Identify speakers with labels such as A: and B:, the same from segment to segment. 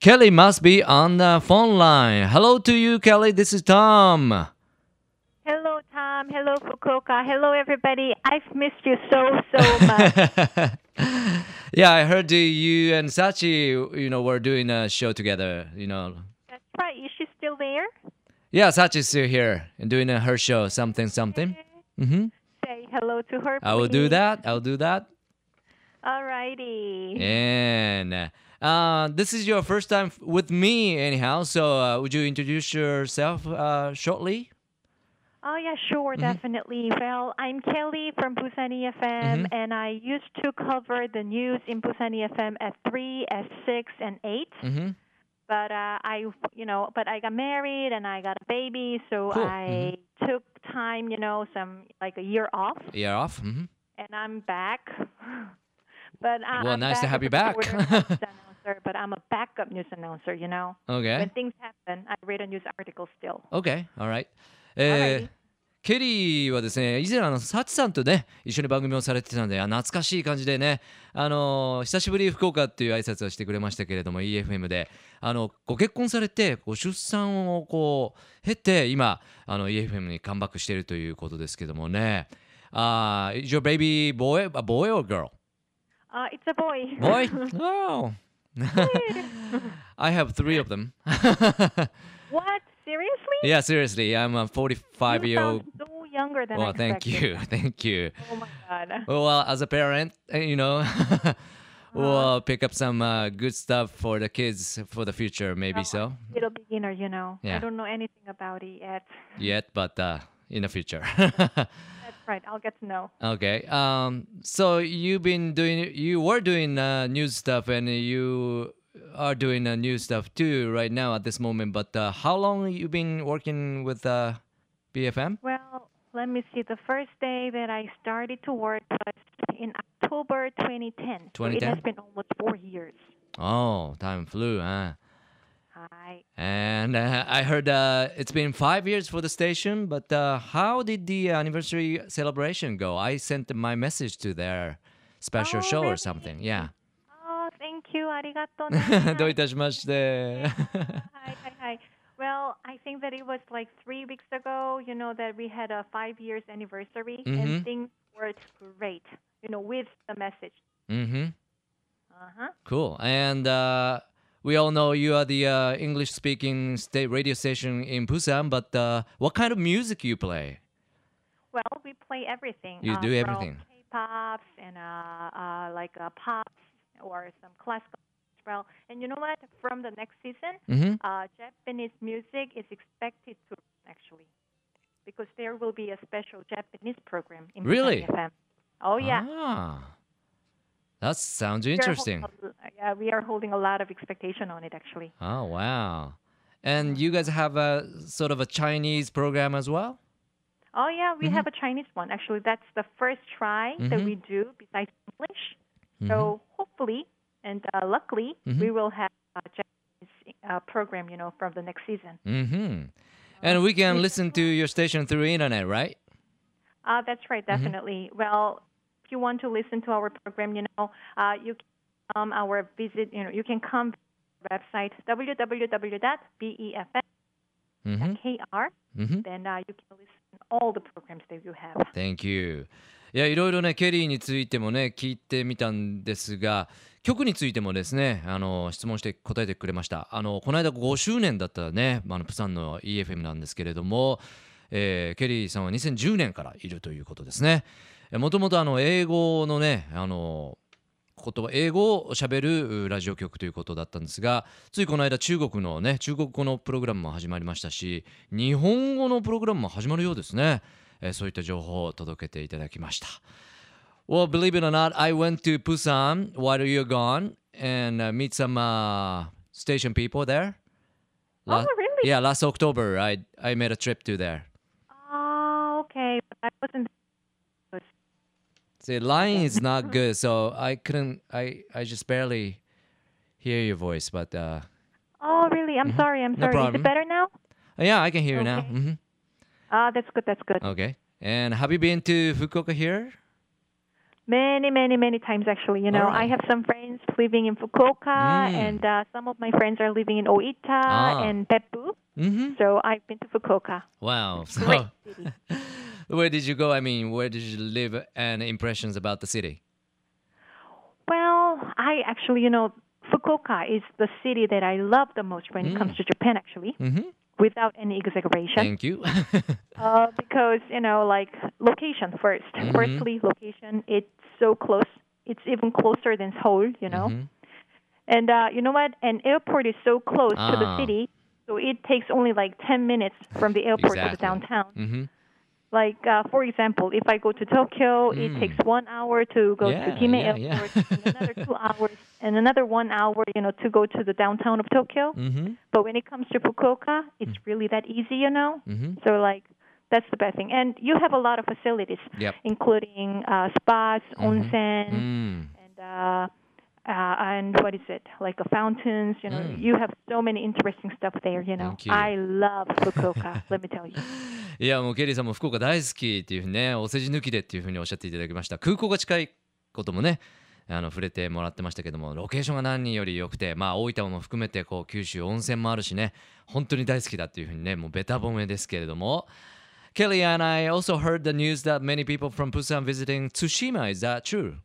A: Kelly must be on the phone line. Hello to you, Kelly. This is Tom.
B: Hello, Tom. Hello, Fukuoka. Hello, everybody. I've missed you so, so much.
A: yeah, I heard you and Sachi, you know, were doing a show together, you know.
B: That's right. Is she still there?
A: Yeah, Sachi's still here and doing uh, her show, something, something. Mm-hmm.
B: Say hello to her.
A: I will do that. I will do that.
B: All righty.
A: And uh, this is your first time f- with me, anyhow. So, uh, would you introduce yourself uh, shortly?
B: Oh, yeah,
A: Mm-hmm.
B: sure, definitely. Well, I'm Kelly from Busan EFM,
A: Mm-hmm.
B: and I used to cover the news in Busan EFM at 3, at 6, and 8.
A: Mm-hmm.
B: But uh, I, you know, but I got married and I got a baby, so
A: Cool. Mm-hmm.
B: I took time, you know, some like a year off,
A: You're off. Mm-hmm.
B: and I'm back. but I,
A: Well,
B: I'm
A: nice to
B: back
A: have
B: as
A: you
B: a
A: back.
B: reporter and news announcer, but I'm a backup news announcer, you know. When
A: Okay.
B: things happen, I read a news article still.
A: Okay. All right.
B: は
A: えー
B: い
A: ケリーはですね以前あのサチさんとね一緒に番組をされてたんであ懐かしい感じでねあのー久しぶり福岡っていう挨拶をしてくれましたけれども EFM であのご結婚されてご出産をこう経て今あの EFM にカムバックしているということですけどもねあー is your baby boy a boy or girl
B: Uh, it's a boy.
A: boy no I have three of them
B: what? Seriously?
A: yeah seriously I'm a 45
B: you
A: year old
B: sound so younger than
A: Well,
B: I
A: thank
B: expected.
A: you, thank you.
B: Oh my god.
A: Well, as a parent, eh, you know, we'll pick up some uh, good stuff for the kids for the future, maybe so
B: Little beginner, you know.
A: Yeah.
B: I don't know anything about it yet.
A: yet, but uh, in the future.
B: That's right. I'll get to know.
A: okay. Um. So you've been doing, you were doing uh, new stuff, and you are doing uh, new stuff too right now at this moment. But uh, how long you been working with uh, BFM?
B: Well, let me see. The first day that I started to work was in October 2010. So it
A: 2010?
B: has been almost four years.
A: Oh, time flew, huh?
B: I
A: And uh, I heard uh, it's been five years for the station, but uh, how did the anniversary celebration go? I sent my message to their special
B: Oh,
A: show or
B: really?
A: something. Yeah.
B: oh, thank you. Arigato.
A: どう
B: nai.
A: いたしまして。
B: hi, hi, hi. Well, I think that it was like three weeks ago, you know, that we had a five years anniversary
A: Mhm.
B: and things worked great, you know, with the message.
A: mm-hmm.
B: Uh huh.
A: Cool. And uh, we all know you are the uh, English-speaking state radio station in Busan, but uh, what kind of music you play?
B: Well, we play everything.
A: You
B: uh,
A: do
B: from
A: everything.
B: K-pops and uh, uh, like uh, pops or some classical as well. And you know what? From the next season,
A: Mm-hmm.
B: uh, Japanese music is expected to actually, because there will be a special Japanese program in Busan
A: Really?
B: FM. Oh yeah.
A: Ah, that sounds
B: We are hol-
A: interesting.
B: Yeah, we are holding a lot of expectation on it actually.
A: Oh wow! And you guys have a sort of a Chinese program as well.
B: Oh yeah, we
A: Mm-hmm.
B: have a Chinese one. Actually, that's the first try that
A: Mhm.
B: we do besides English.
A: Mhm.
B: So hopefully and uh, luckily,
A: Mhm.
B: we will have a Japanese uh, program, you know, from the next season.
A: Mm-hmm. And we can listen to your station through internet, right?
B: Uh, that's right,
A: Mm-hmm.
B: definitely. Well, if you want to listen to our program, you know, uh, you can um, our visit, you know, you can come to our website E www.befm.kr.
A: Mm-hmm. Mm-hmm.
B: Then uh, you can listen to all the programs that you have.
A: Thank you. いやいろいろねケリーについてもね聞いてみたんですが曲についてもですねあの質問して答えてくれましたあのこの間5周年だったねあのプサンの EFM なんですけれども、えーケリーさんは2010年からいるということですねもともとあの英語のねあの言葉英語をしゃべるうラジオ局ということだったんですがついこの間中国のね中国語のプログラムも始まりましたし日本語のプログラムも始まるようですね、えーそういった情報を届けていただきました Well, believe it or not, I went to Busan while you're gone and uh, meet some uh, station people there. La-
B: Oh, really?
A: Yeah, last October I I made a trip to there.
B: Oh, okay. But I wasn't.
A: The line is not good, so I couldn't. I I just barely hear your voice, but uh,
B: Oh, really? I'm sorry. I'm
A: Mm-hmm. No
B: sorry. Is
A: problem.
B: it better now?
A: Oh, yeah, I can hear you now.
B: Okay.
A: hmm
B: Ah, that's good. That's good.
A: Okay. And have you been to Fukuoka here?
B: Many, many, many times actually. You know,
A: Alright.
B: I have some friends living in Fukuoka,
A: Mm.
B: and uh, some of my friends are living in Oita
A: Ah.
B: and Beppu.
A: Mm-hmm.
B: So I've been to Fukuoka.
A: Wow.
B: Great
A: So,
B: city.
A: where did you go? I mean, where did you live and impressions about the city?
B: Well, I actually, you know, Fukuoka is the city that I love the most when it comes to Japan, actually,
A: Mm. Mm-hmm.
B: without any exaggeration.
A: Thank you.
B: Uh, because, you know, like location 1st
A: Mhm.
B: Firstly, location, it's so close. It's even closer than Seoul, you know.
A: Mhm.
B: And uh, you know what? An airport is so close to
A: Ah.
B: the city, so it takes only like 10 minutes from the airport to the
A: Exactly.
B: downtown.
A: Mhm.
B: Like, uh, for example, if I go to Tokyo, it
A: Mm.
B: takes one hour to go
A: Yeah,
B: to Hime
A: yeah, yeah.
B: Airport, and another two hours, and another one hour, you know, to go to the downtown of Tokyo.
A: Mhm.
B: But when it comes to Fukuoka, it's
A: Mm.
B: really that easy, you know?
A: Mhm.
B: So, like, that's the best thing. And you have a lot of facilities,
A: Yep. Mm-hmm.
B: including uh, spas, onsen,
A: Mm.
B: and uh, uh, and what is it like a fountains? You know,
A: Mm.
B: you have so many interesting stuff there. You know,
A: Thank you.
B: I love Fukuoka. let me tell you.
A: いやもうケリーさんも福岡大好きっていうふうにねお世辞抜きでっていうふうにおっしゃっていただきました空港が近いこともねあの触れてもらってましたけどもロケーションが何より良くてまあ大分も含めてこう九州温泉もあるしね本当に大好きだっていうふうにねもうベタ褒めですけれども Kelly and I also heard the news that many people from Busan visiting Tsushima is that true?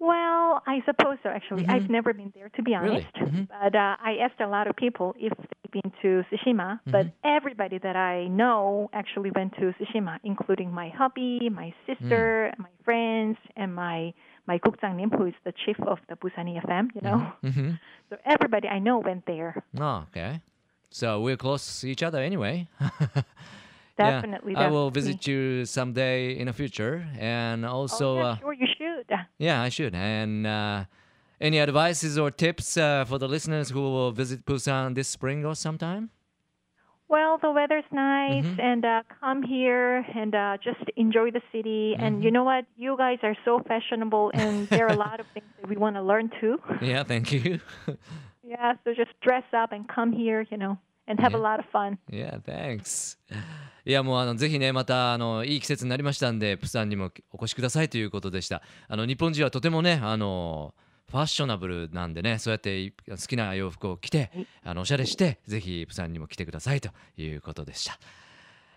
B: Well, I suppose so. Actually, I've never been there to be
A: Mm-hmm. Really? Mm-hmm.
B: honest. But uh, I asked a lot of people if they've been to Tsushima.
A: Mm-hmm.
B: But everybody that I know actually went to Tsushima, including my hubby, my sister,
A: Mm.
B: my friends, and my my Gukjangnim, who is the chief of the Busan FM. You know,
A: Mhm.
B: so everybody I know went there.
A: Ah, okay. So we're close to each other anyway. Yeah,
B: Definitely.
A: I will
B: definitely.
A: visit you someday in the future and also
B: oh, yeah,
A: uh,
B: sure you should.
A: Yeah, I should. And uh, any advices or tips uh, for the listeners who will visit Busan this spring or sometime?
B: Well, the weather's nice,
A: Mm-hmm.
B: and uh, come here and uh, just enjoy the city.
A: Mm-hmm.
B: And you know what? You guys are so fashionable, and there are a lot of things that we want to learn too.
A: Yeah, thank you.
B: Yeah, so just dress up and come here, you know, and have a lot of fun.
A: yeah, thanks. いやもうあのぜひねまたあのいい季節になりましたんでプサンにもお越しくださいということでしたあの日本人はとてもねあのファッショナブルなんでねそうやって好きな洋服を着てあのおしゃれしてぜひプサンにも来てくださいということでした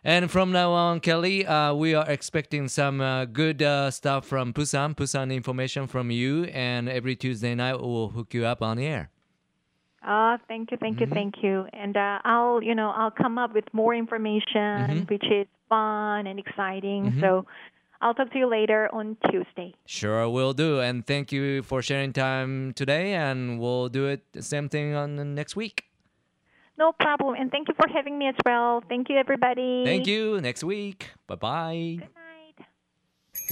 A: And from now on, Kelly, uh, we are expecting some uh, good uh, stuff from Busan, Busan information from you, and every Tuesday night we'll hook you up on air.
B: Ah, thank you,
A: Mm-hmm.
B: thank you, thank you. And uh, I'll, you know, I'll come up with more information,
A: Mm-hmm.
B: which is fun and exciting. So I'll talk to you later on Tuesday.
A: Sure, will do. And thank you for sharing time today, and we'll do it the same thing on the next week.
B: No problem. And thank you for having me as well. Thank you, everybody.
A: Thank you. Next week. Bye bye.
B: Good night.